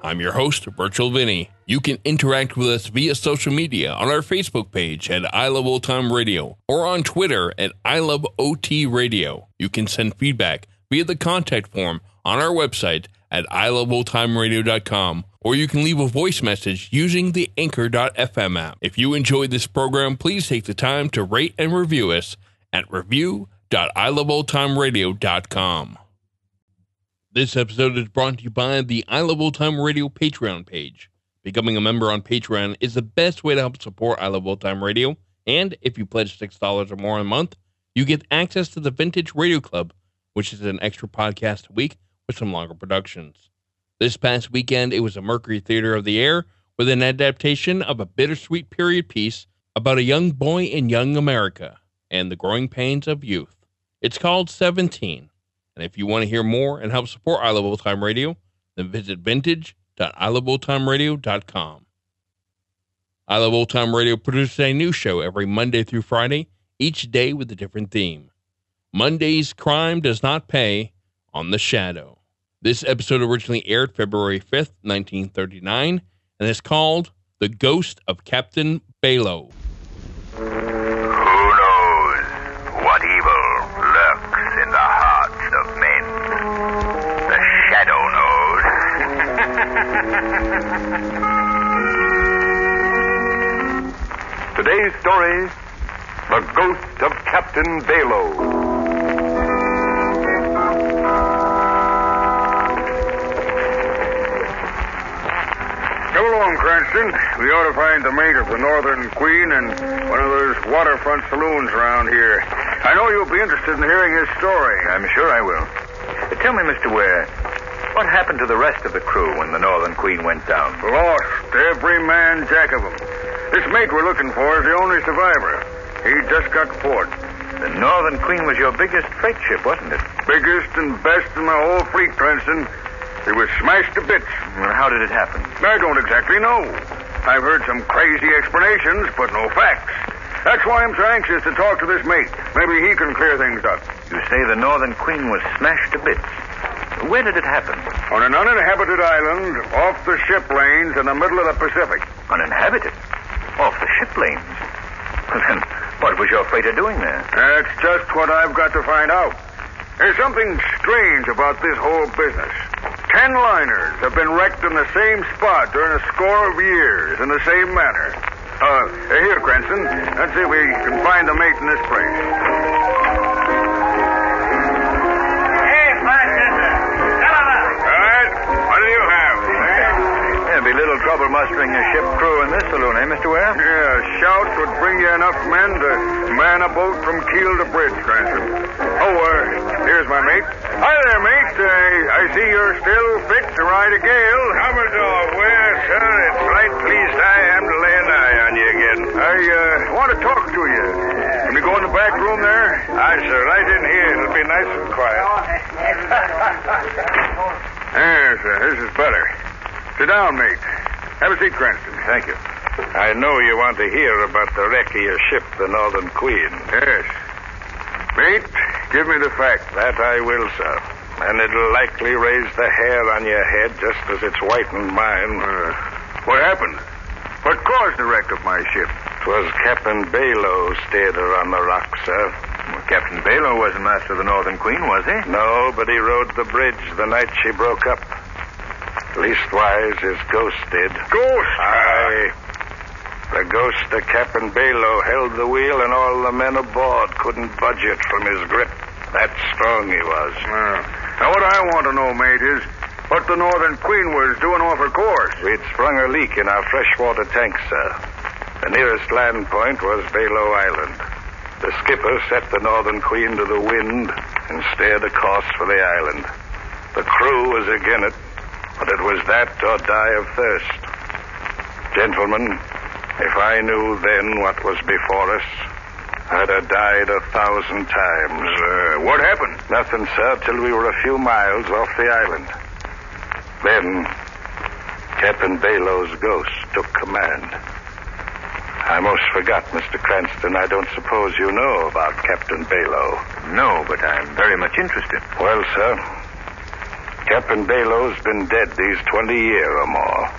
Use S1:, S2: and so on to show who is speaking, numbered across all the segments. S1: I'm your host, Virtual Vinny. You can interact with us via social media on our Facebook page at I Love Old Time Radio or on Twitter at I Love OT Radio. You can send feedback via the contact form on our website at iloveoldtimeradio.com or you can leave a voice message using the anchor.fm app. If you enjoyed this program, please take the time to rate and review us at review.iloveoldtimeradio.com. This episode is brought to you by the I Love Old Time Radio Patreon page. Becoming a member on Patreon is the best way to help support I Love Old Time Radio, and if you pledge $6 or more a month, you get access to the Vintage Radio Club, which is an extra podcast a week with some longer productions. This past weekend, it was a Mercury Theater of the Air with an adaptation of a bittersweet period piece about a young boy in young America and the growing pains of youth. It's called 17. And if you want to hear more and help support I Love Old Time Radio, then visit vintage.iloveoldtimeradio.com. I Love Old Time Radio produces a new show every Monday through Friday, each day with a different theme. Monday's Crime Does Not Pay on the Shadow. This episode originally aired February 5th, 1939, and is called The Ghost of Captain Balo.
S2: Who knows what evil lurks in the hearts of men? The shadow knows.
S3: Today's story The Ghost of Captain Balo.
S4: Come along, Cranston. We ought to find the mate of the Northern Queen and one of those waterfront saloons around here. I know you'll be interested in hearing his story.
S3: I'm sure I will. Tell me, Mr. Ware, what happened to the rest of the crew when the Northern Queen went down?
S4: Lost, every man, jack of 'em. This mate we're looking for is the only survivor. He just got forked.
S3: The Northern Queen was your biggest freight ship, wasn't it?
S4: Biggest and best in the whole fleet, Cranston. It was smashed to bits.
S3: Well, how did it happen?
S4: I don't exactly know. I've heard some crazy explanations, but no facts. That's why I'm so anxious to talk to this mate. Maybe he can clear things up.
S3: You say the Northern Queen was smashed to bits. Where did it happen?
S4: On an uninhabited island off the ship lanes in the middle of the Pacific.
S3: Uninhabited. Off the ship lanes. Well, then, what was your freighter doing there?
S4: That's just what I've got to find out. There's something strange about this whole business. Ten liners have been wrecked in the same spot during a score of years in the same manner. Uh, here, Cranston. Let's see if we can find the mate in this place.
S2: Hey, bartender, tell 'em up.
S4: All right. What do you have?
S3: There'd be little trouble mustering a ship crew in this saloon, eh, Mr. Ware?
S4: Yeah, shouts would bring you enough men to man a boat from keel to bridge, Cranston. Oh, uh, here's my mate. Hi there, mate. I, I see you're still fit to ride a gale. Commodore, where, sir? It's right pleased I am to lay an eye on you again. I uh, want to talk to you. Can we go in the back room there? Aye, sir. Right in here. It'll be nice and quiet. Yes, sir. This is better. Sit down, mate. Have a seat, Cranston. Thank you.
S5: I know you want to hear about the wreck of your ship, the Northern Queen.
S4: Yes. Mate, give me the fact.
S5: That I will, sir. And it'll likely raise the hair on your head just as it's whitened mine.
S4: Uh, what happened? What caused the wreck of my ship?
S5: 'Twas Captain Balo steered her on the rock, sir.
S3: Captain Balo wasn't master of the Northern Queen, was he?
S5: No, but he rode the bridge the night she broke up. Leastwise, his ghost did.
S4: Ghost.
S5: Aye. The ghost of Captain Balo held the wheel, and all the men aboard couldn't budge it from his grip. That strong he was.
S4: Uh, now, what I want to know, mate, is what the Northern Queen was doing off her course.
S5: We'd sprung a leak in our freshwater tank, sir. The nearest land point was Balo Island. The skipper set the Northern Queen to the wind and steered a course for the island. The crew was again it, but it was that or die of thirst. Gentlemen,
S4: If I knew then what was before us, I'd have died a thousand times.
S6: Uh, what happened?
S4: Nothing, sir, till we were a few miles off the island. Then, Captain Balow's ghost took command. I almost forgot, Mr. Cranston. I don't suppose you know about Captain Balow.
S3: No, but I'm very much interested.
S4: Well, sir, Captain Balow's been dead these 20 year or more.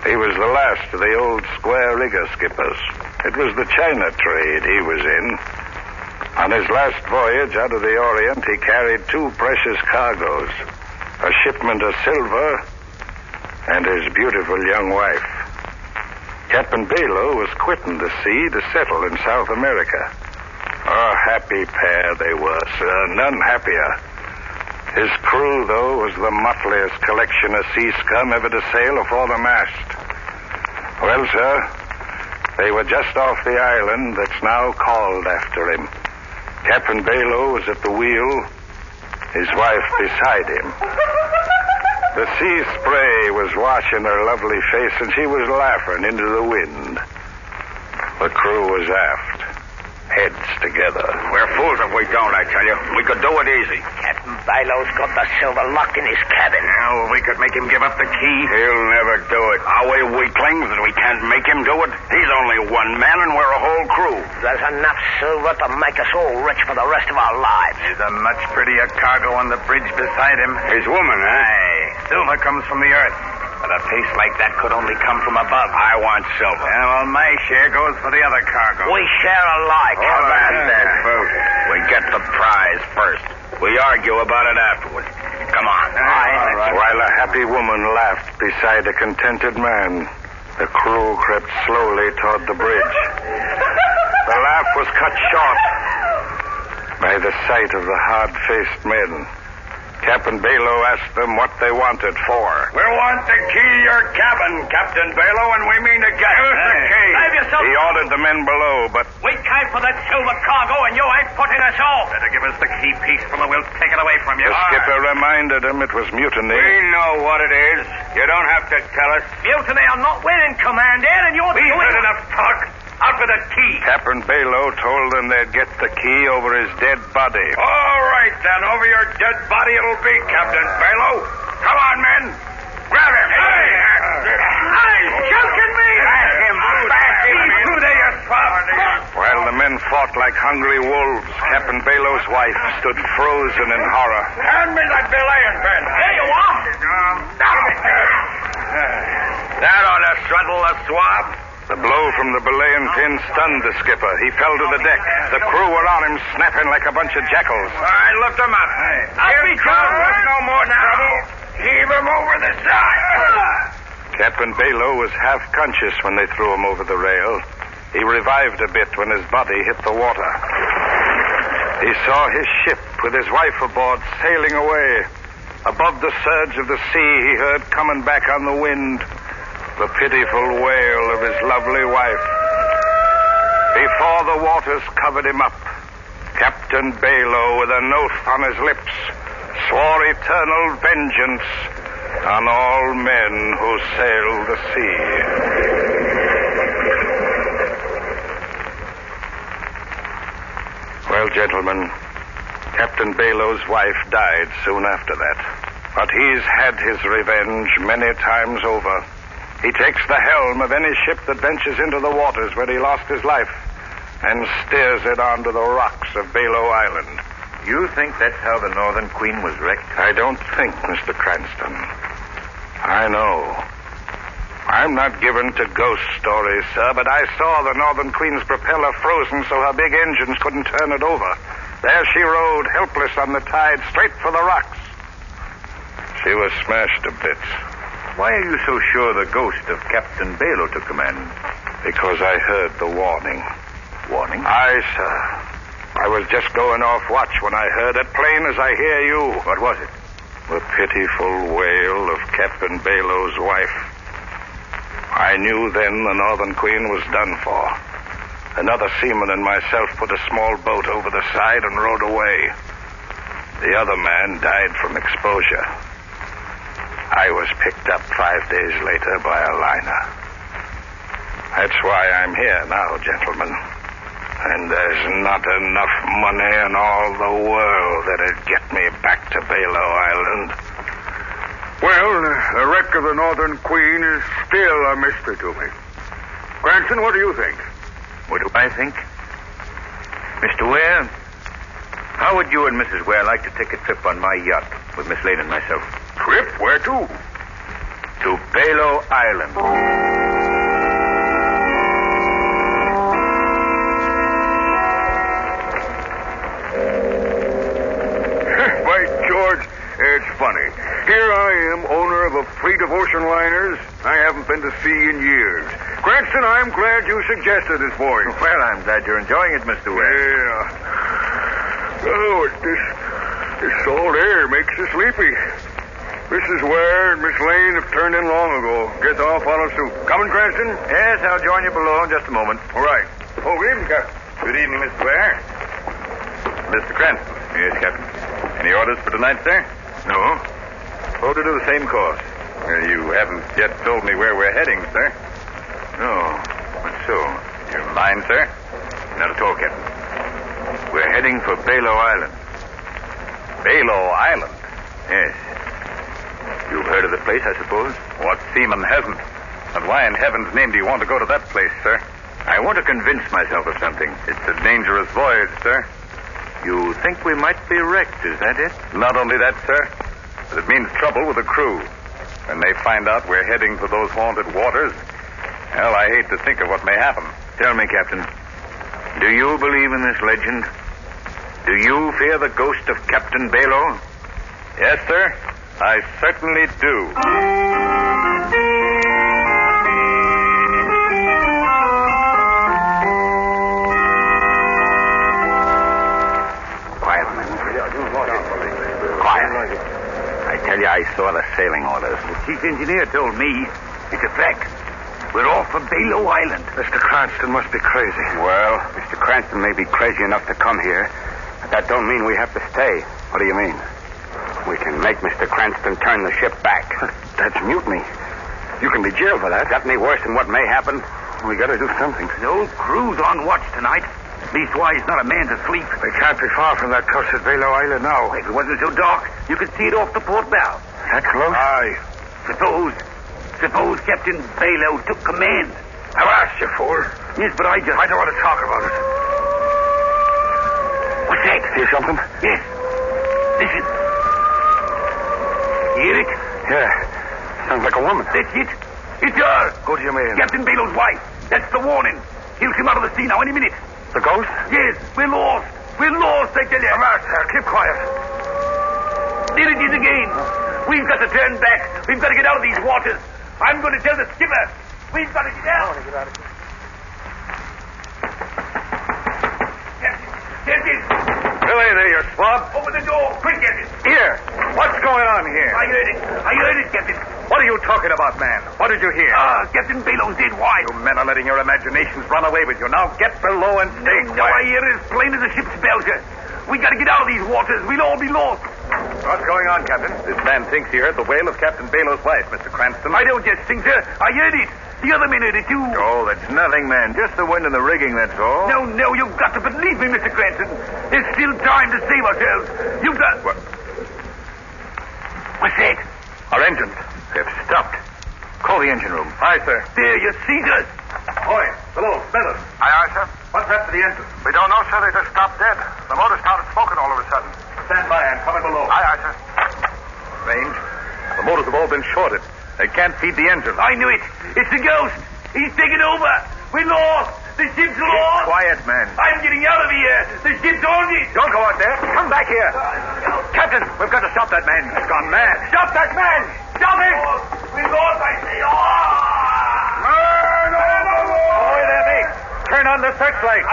S4: He was the last of the old square rigger skippers. It was the China trade he was in. On his last voyage out of the Orient, he carried two precious cargoes a shipment of silver and his beautiful young wife. Captain Balow was quitting the sea to settle in South America. A happy pair they were, sir, none happier. His crew, though, was the motliest collection of sea scum ever to sail afore the mast. Well, sir, they were just off the island that's now called after him. Captain Balow was at the wheel, his wife beside him. The sea spray was washing her lovely face, and she was laughing into the wind. The crew was aft, heads together.
S6: We're fools if we don't, I tell you. We could do it easy.
S7: Captain Bilow's got the silver locked in his cabin.
S6: Now, if we could make him give up the key.
S4: He'll never do it.
S6: Are we weaklings that we can't make him do it? He's only one man, and we're a whole crew.
S7: There's enough silver to make us all rich for the rest of our lives.
S3: There's a much prettier cargo on the bridge beside him.
S6: His woman, eh?
S3: Aye. Silver comes from the earth. But a taste like that could only come from above.
S6: I want silver.
S3: Yeah, well, my share goes for the other cargo.
S7: We share alike.
S6: All
S7: How
S6: right,
S7: about
S6: then,
S7: that?
S6: folks. We get the prize first. We argue about it afterwards. Come on.
S7: All right.
S4: While a happy woman laughed beside a contented man, the crew crept slowly toward the bridge. The laugh was cut short by the sight of the hard faced men. Captain Balow asked them what they wanted for.
S6: We want to key your cabin, Captain Balow, and we mean to get it.
S3: the key.
S7: Save yourself.
S4: He ordered the men below, but
S7: We came for that silver cargo, and you ain't putting us off.
S3: Better give us the key, peaceful, or we'll take it away from you.
S4: the skipper reminded him it was mutiny.
S6: Ah. We know what it is. You don't have to tell us.
S7: Mutiny are not winning, Commander, and you're
S3: We've
S7: doing
S3: heard enough talk. Out with the key.
S4: Captain Balow told them they'd get the key over his dead body.
S6: All right, then. Over your dead body it'll be, Captain Balow. Come on, men. Grab him. Hey! Hey!
S7: joking me?
S6: Back him. Back him. in.
S7: Through there, you
S4: While the men fought like hungry wolves, Captain Balow's wife stood frozen in horror.
S6: Hand me that belaying pin.
S7: There you are.
S6: That ought to settle the swab.
S4: The blow from the belaying pin stunned the skipper. He fell to the deck. The crew were on him, snapping like a bunch of jackals.
S6: All right, lift him up. Give
S7: be
S6: trouble.
S7: trouble.
S6: no more trouble. Heave him over the side.
S4: Captain Balow was half conscious when they threw him over the rail. He revived a bit when his body hit the water. He saw his ship with his wife aboard sailing away. Above the surge of the sea, he heard coming back on the wind the pitiful wail of his lovely wife. Before the waters covered him up, Captain Balow, with an oath on his lips, swore eternal vengeance on all men who sail the sea. Well, gentlemen, Captain Balow's wife died soon after that. But he's had his revenge many times over. He takes the helm of any ship that ventures into the waters where he lost his life and steers it onto the rocks of Balow Island.
S3: You think that's how the Northern Queen was wrecked?
S4: I don't think, Mr. Cranston. I know. I'm not given to ghost stories, sir, but I saw the Northern Queen's propeller frozen so her big engines couldn't turn it over. There she rode, helpless on the tide, straight for the rocks. She was smashed to bits.
S3: Why are you so sure the ghost of Captain Balow took command?
S4: Because I heard the warning.
S3: Warning?
S4: Aye, sir. I was just going off watch when I heard it, plain as I hear you. What was it? The pitiful wail of Captain Balow's wife. I knew then the Northern Queen was done for. Another seaman and myself put a small boat over the side and rowed away. The other man died from exposure. I was picked up five days later by a liner.
S8: That's why I'm here now, gentlemen. And there's not enough money in all the world that'd get me back to Balo Island.
S9: Well, the wreck of the Northern Queen is still a mystery to me. Granson, what do you think?
S4: What do I think? Mr. Ware, how would you and Mrs. Ware like to take a trip on my yacht with Miss Lane and myself?
S9: Trip? Where to?
S4: To Balo Island.
S9: By George, it's funny. Here I am, owner of a fleet of ocean liners. I haven't been to sea in years. Granson, I'm glad you suggested this voyage.
S4: Well, I'm glad you're enjoying it, Mr. Ware.
S9: Yeah. Oh, this this salt air makes you sleepy. Mrs. Ware and Miss Lane have turned in long ago. Get the hall follow suit. Coming, Cranston?
S4: Yes, I'll join you below in just a moment.
S9: All right. Oh, good evening, Captain.
S4: Good evening, Mr. Ware. Mr. Cranston. Yes, Captain. Any orders for tonight, sir? No. Order to the same course. you haven't yet told me where we're heading, sir. No. What so? You mind, sir? Not at all, Captain. We're heading for Balo Island. Balo Island? Yes. You've heard of the place, I suppose? What seaman hasn't? And why in heaven's name do you want to go to that place, sir? I want to convince myself of something. It's a dangerous voyage, sir. You think we might be wrecked, is that it? Not only that, sir, but it means trouble with the crew. When they find out we're heading for those haunted waters, well, I hate to think of what may happen. Tell me, Captain, do you believe in this legend? Do you fear the ghost of Captain Balo?
S8: Yes, sir. I certainly do.
S4: Quiet, man. Quiet. I tell you, I saw the sailing orders. The chief engineer told me. It's a fact. We're off for Balo Island.
S10: Mr. Cranston must be crazy.
S11: Well, Mr. Cranston may be crazy enough to come here, but that don't mean we have to stay. What do you mean? We can make Mr. Cranston turn the ship back.
S10: That's mutiny. You can be jailed for that.
S11: That any worse than what may happen?
S10: We gotta do something.
S4: The old crew's on watch tonight. Leastwise, not a man's asleep.
S10: We can't be far from that coast at Balo Island now.
S4: If it wasn't so dark, you could see it off the port bow.
S10: That close?
S4: Aye. Suppose, suppose Captain Balo took command.
S10: I've asked you for.
S4: Yes, but I just...
S10: I don't want to talk about it.
S4: What's that?
S10: Hear something?
S4: Yes. Listen. Hear it?
S10: Yeah. Sounds like a woman.
S4: That's it. It's her.
S10: What do you mean?
S4: Captain Balo's wife. That's the warning. He'll come out of the sea now any minute.
S10: The ghost?
S4: Yes, we're lost. We're lost, I tell you.
S10: Master, keep quiet.
S4: There it is again. We've got to turn back. We've got to get out of these waters. I'm going to tell the skipper. We've got to get out. Captain, Captain,
S9: Billy, there, you swab.
S4: open the door. Quick, Captain.
S9: Here. What's going on here?
S4: I heard it. I heard it, Captain.
S9: What are you talking about, man? What did you hear?
S4: Ah, Captain Balo's dead. Why?
S9: you men are letting your imaginations run away with you. Now get below and stay
S4: No, I
S9: quiet.
S4: hear it as plain as a ship's bell, sir. We got to get out of these waters. We'll all be lost.
S9: What's going on, Captain?
S8: This man thinks he heard the wail of Captain Balo's wife, Mr. Cranston.
S4: I don't just think, sir. I heard it. The other men heard it, too.
S8: Oh, that's nothing, man. Just the wind and the rigging, that's all.
S4: No, no, you've got to believe me, Mr. Cranston. There's still time to save ourselves. You've got. What? What's that?
S8: Our engines. They've stopped. Call the engine room. Aye, sir.
S4: There, you see us.
S9: Boy, hello, Bennett.
S10: Aye, aye, sir.
S9: What's happened to the engine?
S10: We don't know, sir. They just stopped dead. The motor started smoking all of a sudden.
S9: Stand by, I'm coming below.
S10: Aye, aye, sir.
S8: Range. The motors have all been shorted. They can't feed the engine.
S4: I knew it. It's the ghost. He's taken over. We're lost. The ship's lost.
S8: Quiet, man.
S4: I'm getting out of here. The ship's on it. Uh,
S8: Don't go out there. Come back here. Captain, we've got to stop that man. He's gone mad.
S4: Stop that man. Stop him. We're lost, I say. Ah!
S8: oh,
S9: Man
S4: oh.
S8: Ahoy there, mate. Turn on the searchlight.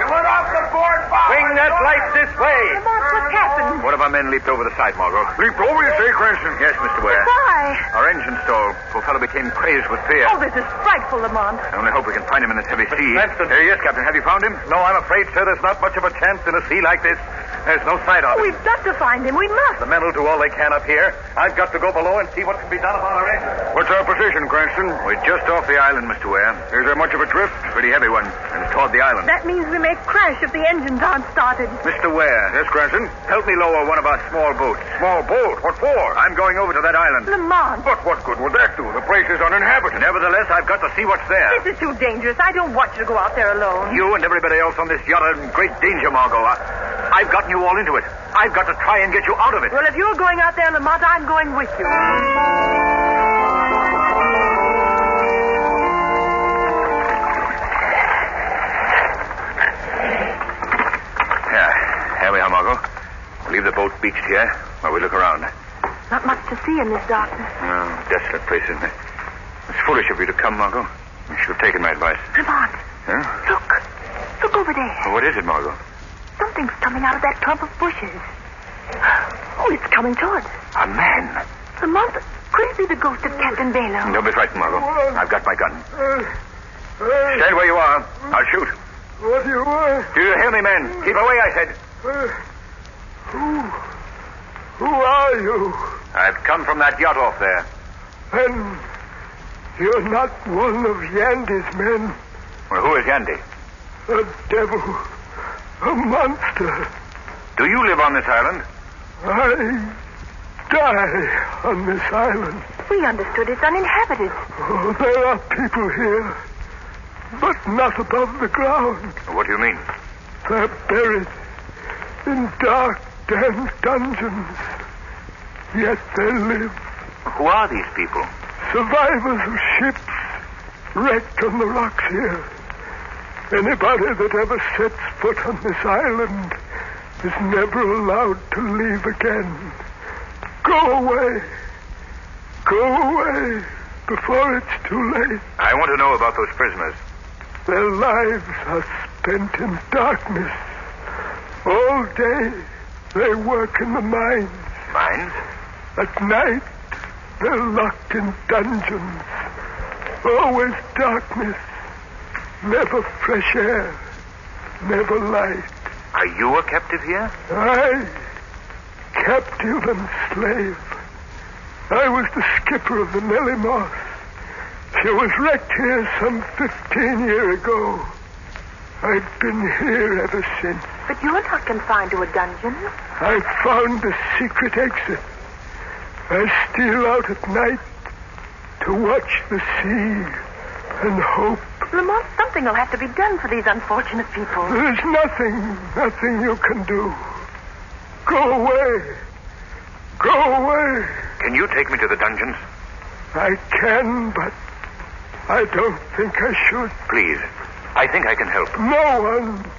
S9: You went off the board bow.
S8: Wing that light this way.
S7: What's happened?
S8: One of our men leaped over the side, Margot.
S9: Leaped over, you say, Cranston?
S8: Yes, Mr. Ware.
S7: Why?
S8: Our engine stalled. Poor fellow became crazed with fear.
S7: Oh, this is frightful, Lamont.
S8: I only hope we can find him in this heavy sea. yes, Captain. Have you found him? No, I'm afraid, sir, there's not much of a chance in a sea like this.
S4: There's no sight of him.
S12: We've got to find him. We must.
S4: The men will do all they can up here. I've got to go below and see what can be done about our engine.
S6: What's our position, Cranston?
S4: We're just off the island, Mr. Ware.
S6: Is there much of a drift?
S4: Pretty heavy one, and it's toward the island.
S12: That means we may crash if the engines aren't started.
S4: Mr. Ware.
S6: Yes, Cranston?
S4: Help me lower one of our small boats.
S6: Small boat? What for?
S4: I'm going over to that island.
S12: Lamont.
S6: But what good would that do? The place is uninhabited.
S4: Nevertheless, I've got to see what's there.
S12: This is too dangerous. I don't want you to go out there alone.
S4: You and everybody else on this yacht are in great danger, Margot. I, I've gotten you all into it. I've got to try and get you out of it.
S12: Well, if you're going out there, Lamont, I'm going with you.
S4: Yeah, here we are, Margot. We'll leave the boat beached here while we look around.
S12: Not much to see in this darkness.
S6: Hmm.
S4: Oh, desolate place, isn't it? It's foolish of you to come, Margot. You should have taken my advice.
S12: Lamont,
S4: Huh?
S12: look. Look over there.
S4: What is it, Margot?
S12: Something's coming out of that clump of bushes. Oh, it's coming toward us.
S4: A man.
S12: Lamont, could it be the ghost of Captain Baylor?
S4: Don't be frightened, Margot.
S6: uh,
S4: I've got my gun. Stand where you are. I'll shoot.
S6: What do you want?
S4: Do you hear me, men? Keep away, I said.
S6: Who? Who are you?
S4: I've come from that yacht off there.
S6: Then you're not one of Yandy's men.
S4: Well, who is Yandy?
S6: A devil. A monster.
S4: Do you live on this island?
S6: I die on this island.
S12: We understood it's uninhabited.
S6: Oh, there are people here, but not above the ground.
S4: What do you mean?
S6: They're buried in dark, damp dungeons. Yet they live.
S4: Who are these people?
S6: Survivors of ships wrecked on the rocks here. Anybody that ever sets foot on this island is never allowed to leave again. Go away. Go away before it's too late.
S4: I want to know about those prisoners.
S6: Their lives are spent in darkness. All day they work in the mines.
S4: Mines?
S6: At night they're locked in dungeons. Always darkness. Never fresh air. Never light.
S4: Are you a captive here?
S6: I, captive and slave. I was the skipper of the Nellie Moss. She was wrecked here some 15 year ago. I've been here ever since.
S12: But you're not confined to a dungeon.
S6: I found the secret exit. I steal out at night to watch the sea and hope.
S12: Lamont, something will have to be done for these unfortunate people.
S6: There's nothing, nothing you can do. Go away. Go away.
S4: Can you take me to the dungeons?
S6: I can, but I don't think I should.
S4: Please. I think I can help.
S6: No one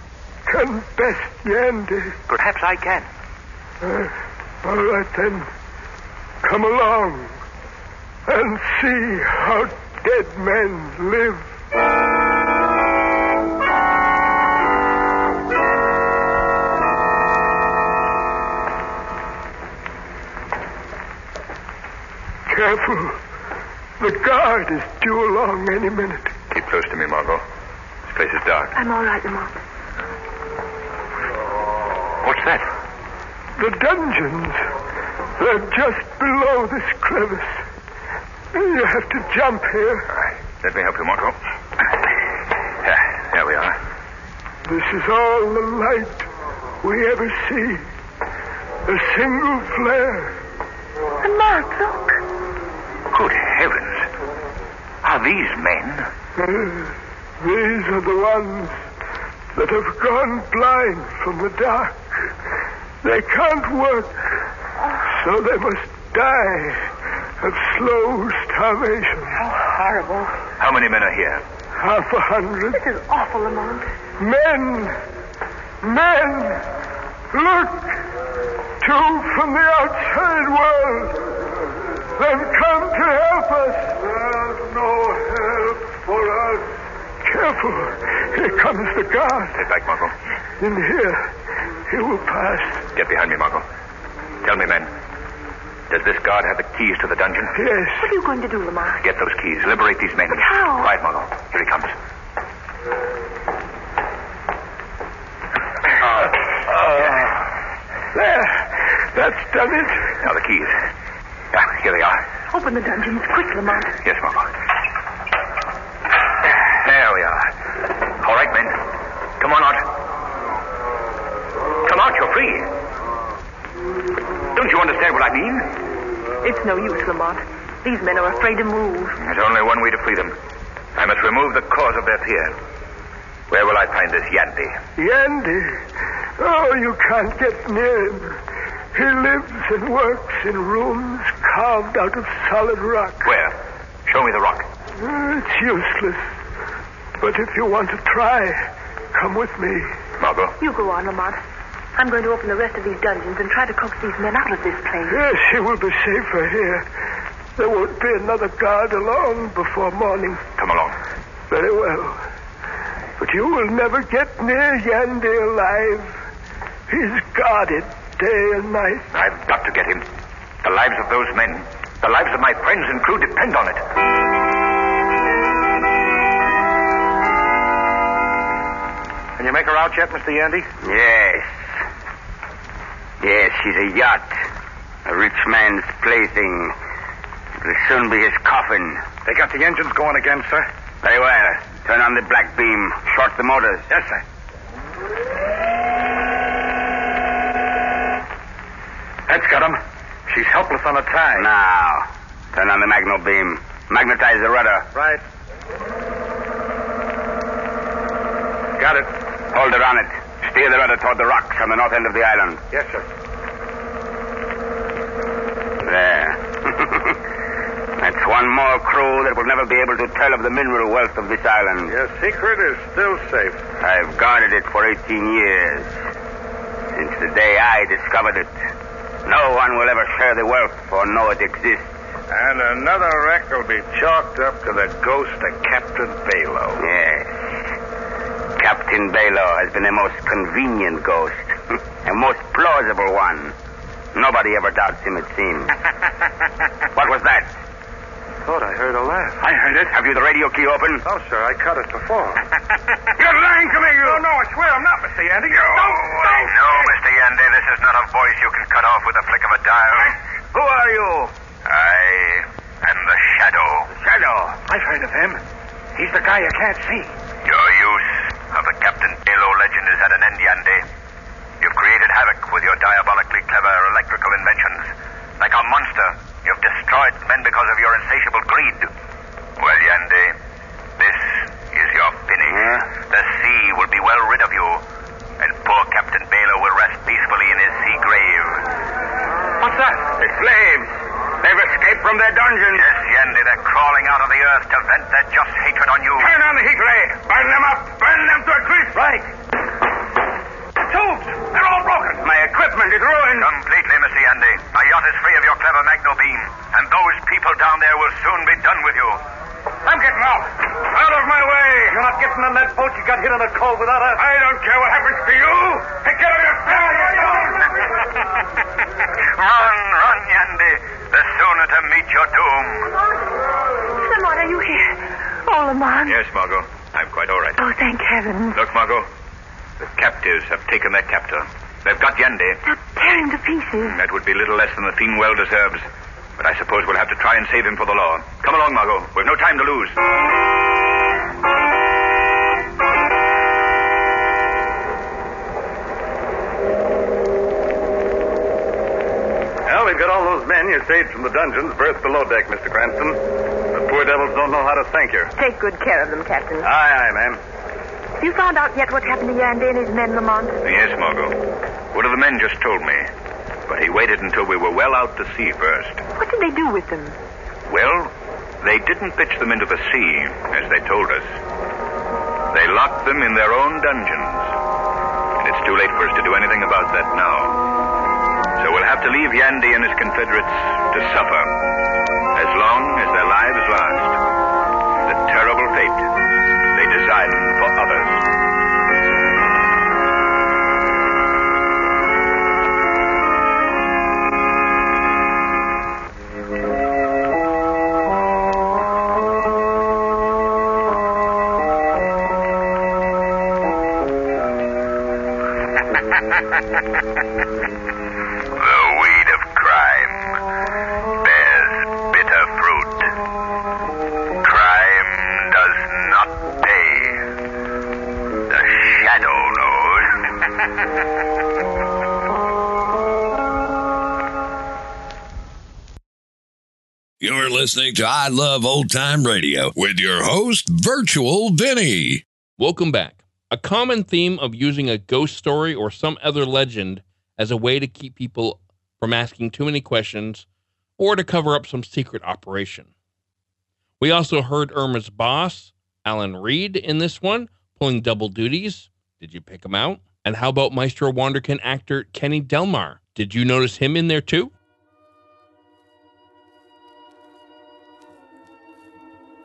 S6: can best Yandy.
S4: Perhaps I can.
S6: Uh, all right, then. Come along and see how dead men live. Careful. The guard is due along any minute.
S4: Keep close to me, Margot. This place is dark.
S12: I'm all right, Lamont.
S4: What's that?
S6: The dungeons. They're just below this crevice. You have to jump here.
S4: All right. Let me help you, Margot. Yeah, there we are.
S6: This is all the light we ever see. A single flare.
S12: Lamont, look.
S4: Good heavens. Are these men?
S6: Uh, these are the ones that have gone blind from the dark. They can't work, so they must die of slow starvation.
S12: Horrible.
S4: How many men are here?
S6: Half a hundred
S12: This is awful, Lamont.
S6: men, men, look, two from the outside world. They've come to help us. There's no help for us. Careful, here comes the guard.
S4: Get back, Margot.
S6: In here, he will pass.
S4: Get behind me, Margot. Tell me, men. Does this guard have the keys to the dungeon?
S6: Yes,
S12: What are you going to do, Lamont?
S4: Get those keys. Liberate these men.
S12: But how?
S4: Quiet, Margot. Here he comes.
S13: Uh, There. That's done it.
S4: Now the keys. Yeah, here they are.
S12: Open the dungeons quick, Lamont.
S4: Yes, Mama. There we are. All right, men. Come on out. Come out, you're free. Don't you understand what I mean?
S12: It's no use, Lamont. These men are afraid to move.
S4: There's only one way to free them. I must remove the cause of their fear. Where will I find this Yandy?
S6: Yandy? Oh, you can't get near him. He lives and works in rooms carved out of solid rock.
S4: Where? Show me the rock.
S6: Uh, it's useless. But if you want to try, come with me.
S4: Margot?
S12: You go on, Lamont. I'm going to open the rest of these dungeons and try to coax these men out of this place.
S6: Yes, she will be safer here. There won't be another guard along before morning.
S4: Come along.
S6: Very well. But you will never get near Yandy alive. He's guarded day and night.
S4: I've got to get him. The lives of those men, the lives of my friends and crew depend on it.
S7: Can you make her out yet, Mr. Yandy?
S4: Yes. Yes, she's a yacht. A rich man's plaything. It'll soon be his coffin.
S7: They got the engines going again, sir.
S4: Very well. Turn on the black beam. Short the motors.
S7: Yes, sir. That's got him. She's helpless on a tie.
S4: Now, turn on the magno beam. Magnetize the rudder.
S7: Right. Got it.
S4: Hold her on it. Steer the rudder toward the rocks on the north end of the island.
S7: Yes, sir.
S4: There. That's one more crew that will never be able to tell of the mineral wealth of this island.
S7: Your secret is still safe.
S4: I've guarded it for 18 years. Since the day I discovered it. No one will ever share the wealth or know it exists.
S7: And another wreck will be chalked up to the ghost of Captain Balow.
S4: Yes. Captain Balow has been the most convenient ghost, a most plausible one. Nobody ever doubts him, it seems. what was that?
S7: thought I heard a laugh.
S4: I heard it. Have you the radio key open?
S13: Oh,
S7: No, sir. I cut it before.
S4: You're lying to me, you.
S7: No, no, I swear I'm not, Mr. Yandy.
S4: You
S7: don't
S4: say
S7: No,
S13: Mr. Yandy, this is not a voice you can cut off with a flick of a dial.
S7: Who are you?
S13: I am the Shadow. The
S7: Shadow? I've heard of him. He's the guy you can't see.
S13: Your use of the Captain Halo legend is at an end, Yandy. You've created havoc with your diabolically clever electrical inventions. Like a monster, You've destroyed men because of your insatiable greed. Well, Yandy, this is your finish.
S4: Yeah.
S13: The sea will be well rid of you, and poor Captain Baylor will rest peacefully in his sea grave.
S7: What's that?
S4: The slaves. They've escaped from their dungeons.
S13: Yes, Yandy, they're crawling out of the earth to vent their just hatred on you.
S7: Turn on the heat ray. Burn them up. Burn them to a crisp.
S4: Right.
S7: The tubes. They're all broken.
S4: My equipment is ruined.
S13: Completely, Mr. Yandy. My yacht is free of your clever magno beam, and those people down there will soon be done with you.
S7: I'm getting out. Out of my way.
S14: You're not getting on that boat. You got hit in the cold without us.
S7: I don't care what happens to you. Take care of yourself.
S13: run, run, Yandy. The sooner to meet your doom.
S12: Lamont, are you here? Oh, Lamont.
S4: Yes, Margot. I'm quite all right.
S12: Oh, thank heaven.
S4: Look, Margot. The captives have taken their captor. They've got Yandy.
S12: They're tearing to pieces.
S4: That would be little less than the fiend well deserves. But I suppose we'll have to try and save him for the law. Come along, Margot. We've no time to lose.
S7: Well, we've got all those men you saved from the dungeons berthed below deck, Mr. Cranston. The poor devils don't know how to thank you.
S12: Take good care of them, Captain.
S7: Aye, aye, ma'am.
S12: You found out yet what happened to Yandy and his men, Lamont?
S4: Yes, Margot. One of the men just told me. But he waited until we were well out to sea first.
S12: What did they do with them?
S4: Well, they didn't pitch them into the sea, as they told us. They locked them in their own dungeons. And it's too late for us to do anything about that now. So we'll have to leave Yandy and his confederates to suffer as long as their lives last. The terrible fate they design for others.
S15: You're listening to I Love Old Time Radio with your host, Virtual Vinny.
S1: Welcome back. A common theme of using a ghost story or some other legend as a way to keep people from asking too many questions or to cover up some secret operation. We also heard Irma's boss, Alan Reed, in this one, pulling double duties. Did you pick him out? And how about Maestro Wanderkin actor Kenny Delmar? Did you notice him in there too?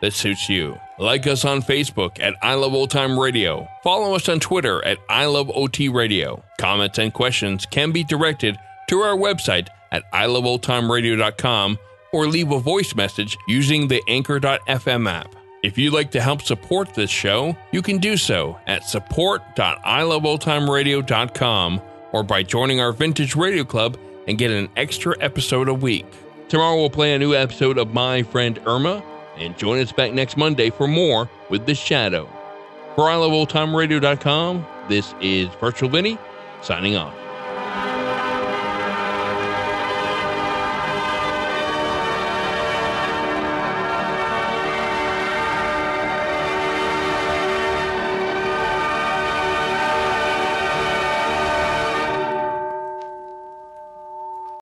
S1: that suits you. Like us on Facebook at I Love Old Time Radio. Follow us on Twitter at I Love OT Radio. Comments and questions can be directed to our website at iloveoldtimeradio.com or leave a voice message using the Anchor.fm app. If you'd like to help support this show, you can do so at support.iloveoldtimeradio.com or by joining our Vintage Radio Club and get an extra episode a week. Tomorrow we'll play a new episode of My Friend Irma and join us back next Monday for more with The Shadow. For iloveoldtimeradio.com, this is Virtual Vinny signing off.